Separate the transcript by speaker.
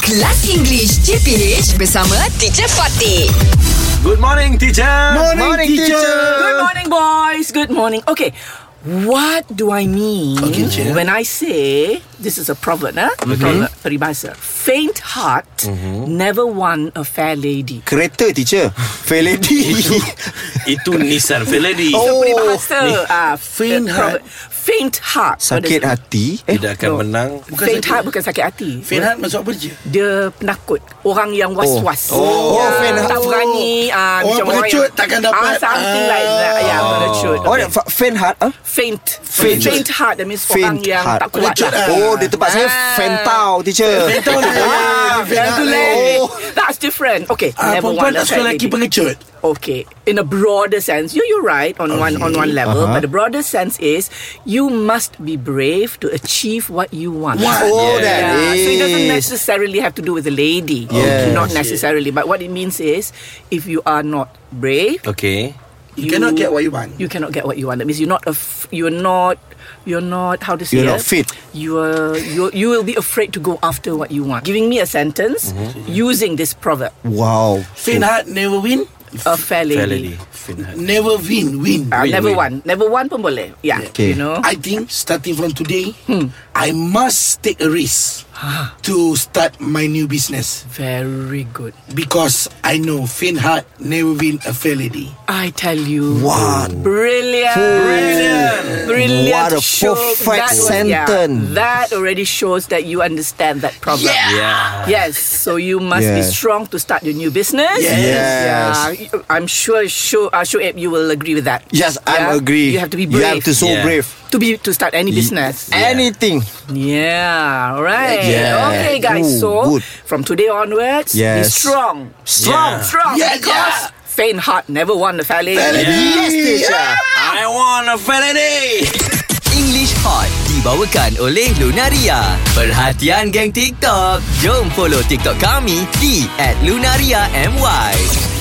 Speaker 1: Kelas English CPH bersama Teacher Fatih.
Speaker 2: Good morning, teacher.
Speaker 3: Morning, teacher.
Speaker 4: Good morning, boys. Good morning. Okay. What do I mean
Speaker 3: Okay, Mm-hmm. Jen.
Speaker 4: when I say this is a eh? proverb, huh? Proverb, peribahasa. Faint heart
Speaker 3: Mm-hmm.
Speaker 4: never won a fair lady.
Speaker 3: Kereta teacher Fair lady
Speaker 2: Itu Nissan Velady.
Speaker 3: Oh.
Speaker 4: peribahasa. ah,
Speaker 3: faint
Speaker 4: eh, proverb. Faint heart.
Speaker 3: Sakit
Speaker 4: What
Speaker 3: hati eh,
Speaker 2: Tidak akan menang.
Speaker 4: is- Faint heart bukan sakit hati.
Speaker 5: Fenhan masuk apa je?
Speaker 4: Dia penakut. Orang yang was-was. Ah,
Speaker 3: Oh. Oh, faint heart. Oh.
Speaker 4: Tak berani. ah,
Speaker 5: Orang
Speaker 4: macam
Speaker 5: pengecut
Speaker 4: yang-
Speaker 5: takkan
Speaker 4: Ah,
Speaker 5: dapat.
Speaker 4: something
Speaker 5: Ah.
Speaker 4: like that. Ya, pengecut.
Speaker 3: Oh, okay. faint heart huh?
Speaker 4: Faint.
Speaker 3: Faint.
Speaker 4: Faint heart. That means orang
Speaker 3: Faint
Speaker 4: yang
Speaker 3: heart
Speaker 4: tak kuat
Speaker 5: Pengecut
Speaker 4: lah.
Speaker 5: Ah.
Speaker 3: Oh, di tempat saya
Speaker 4: Ah.
Speaker 3: Fentau teacher
Speaker 5: Fentau dia.
Speaker 3: Ah,
Speaker 5: Faint
Speaker 4: That's
Speaker 5: heart.
Speaker 4: leh.
Speaker 3: Oh.
Speaker 4: That's different. Okay.
Speaker 5: Ah,
Speaker 4: never
Speaker 5: perempuan
Speaker 4: one
Speaker 5: tak
Speaker 4: left
Speaker 5: suka
Speaker 4: hand
Speaker 5: lelaki
Speaker 4: lady.
Speaker 5: pengecut.
Speaker 4: Okay. In a broader sense, you you're right on one on one level,
Speaker 3: Uh-huh.
Speaker 4: but the broader sense is you must be brave to achieve what you want.
Speaker 3: Oh, that
Speaker 4: Yeah, so it doesn't
Speaker 3: is
Speaker 4: necessarily have to do with a lady.
Speaker 3: Yes.
Speaker 4: Not necessarily, but what it means is if you are not brave,
Speaker 2: Okay.
Speaker 5: You cannot get what you want.
Speaker 4: You cannot get what you want. That means you're not. Af- you're not. You're not. How to say
Speaker 3: You're not
Speaker 4: it?
Speaker 3: fit.
Speaker 4: You are. You you will be afraid to go after what you want. Giving me a sentence
Speaker 3: Mm-hmm.
Speaker 4: using this proverb:
Speaker 3: Wow
Speaker 5: Fenhan never win,
Speaker 4: a
Speaker 5: Uh,
Speaker 4: fair lady.
Speaker 2: Velady. Finhat.
Speaker 5: never win, win.
Speaker 4: Ah,
Speaker 2: Win,
Speaker 4: never
Speaker 2: win.
Speaker 4: one. Never one pun boleh. Yeah.
Speaker 3: Okay. Ah.
Speaker 4: You know.
Speaker 5: I think starting from today,
Speaker 4: Hmm.
Speaker 5: I must take a risk
Speaker 4: Ah.
Speaker 5: to start my new business
Speaker 4: Very good.
Speaker 5: because I know Fenhan never win a fair lady.
Speaker 4: I tell you.
Speaker 3: Wow.
Speaker 4: Brilliant. Brilliant.
Speaker 3: What
Speaker 4: Brilliant.
Speaker 3: a
Speaker 4: Show-
Speaker 3: perfect
Speaker 4: that was- yeah,
Speaker 3: sentence.
Speaker 4: that already shows that you understand that proverb.
Speaker 2: Yeah.
Speaker 4: Yes, so you must be
Speaker 3: Yes.
Speaker 4: strong to start your new business.
Speaker 5: Yes.
Speaker 3: Yes.
Speaker 4: Yeah, I'm sure, sure, uh, sure, Abe, you will agree with that.
Speaker 3: Yes, I'm
Speaker 4: Yeah?
Speaker 3: agree
Speaker 4: You have to be
Speaker 3: You
Speaker 4: brave
Speaker 3: have to so
Speaker 2: Yeah.
Speaker 3: brave
Speaker 4: to be to start any business.
Speaker 3: Anything
Speaker 4: Yeah, all right.
Speaker 3: Yeah.
Speaker 4: Okay, guys.
Speaker 3: Ooh,
Speaker 4: so
Speaker 3: good.
Speaker 4: from today onwards,
Speaker 3: Yes.
Speaker 4: be strong,
Speaker 2: Strong.
Speaker 4: strong.
Speaker 5: Yeah,
Speaker 4: because
Speaker 5: yeah.
Speaker 4: faint heart never won the valley.
Speaker 3: Yes teacher
Speaker 2: I want a Velady.
Speaker 6: English Hot dibawakan oleh Lunaria. Perhatian geng TikTok. Jom follow TikTok kami di @lunariamy.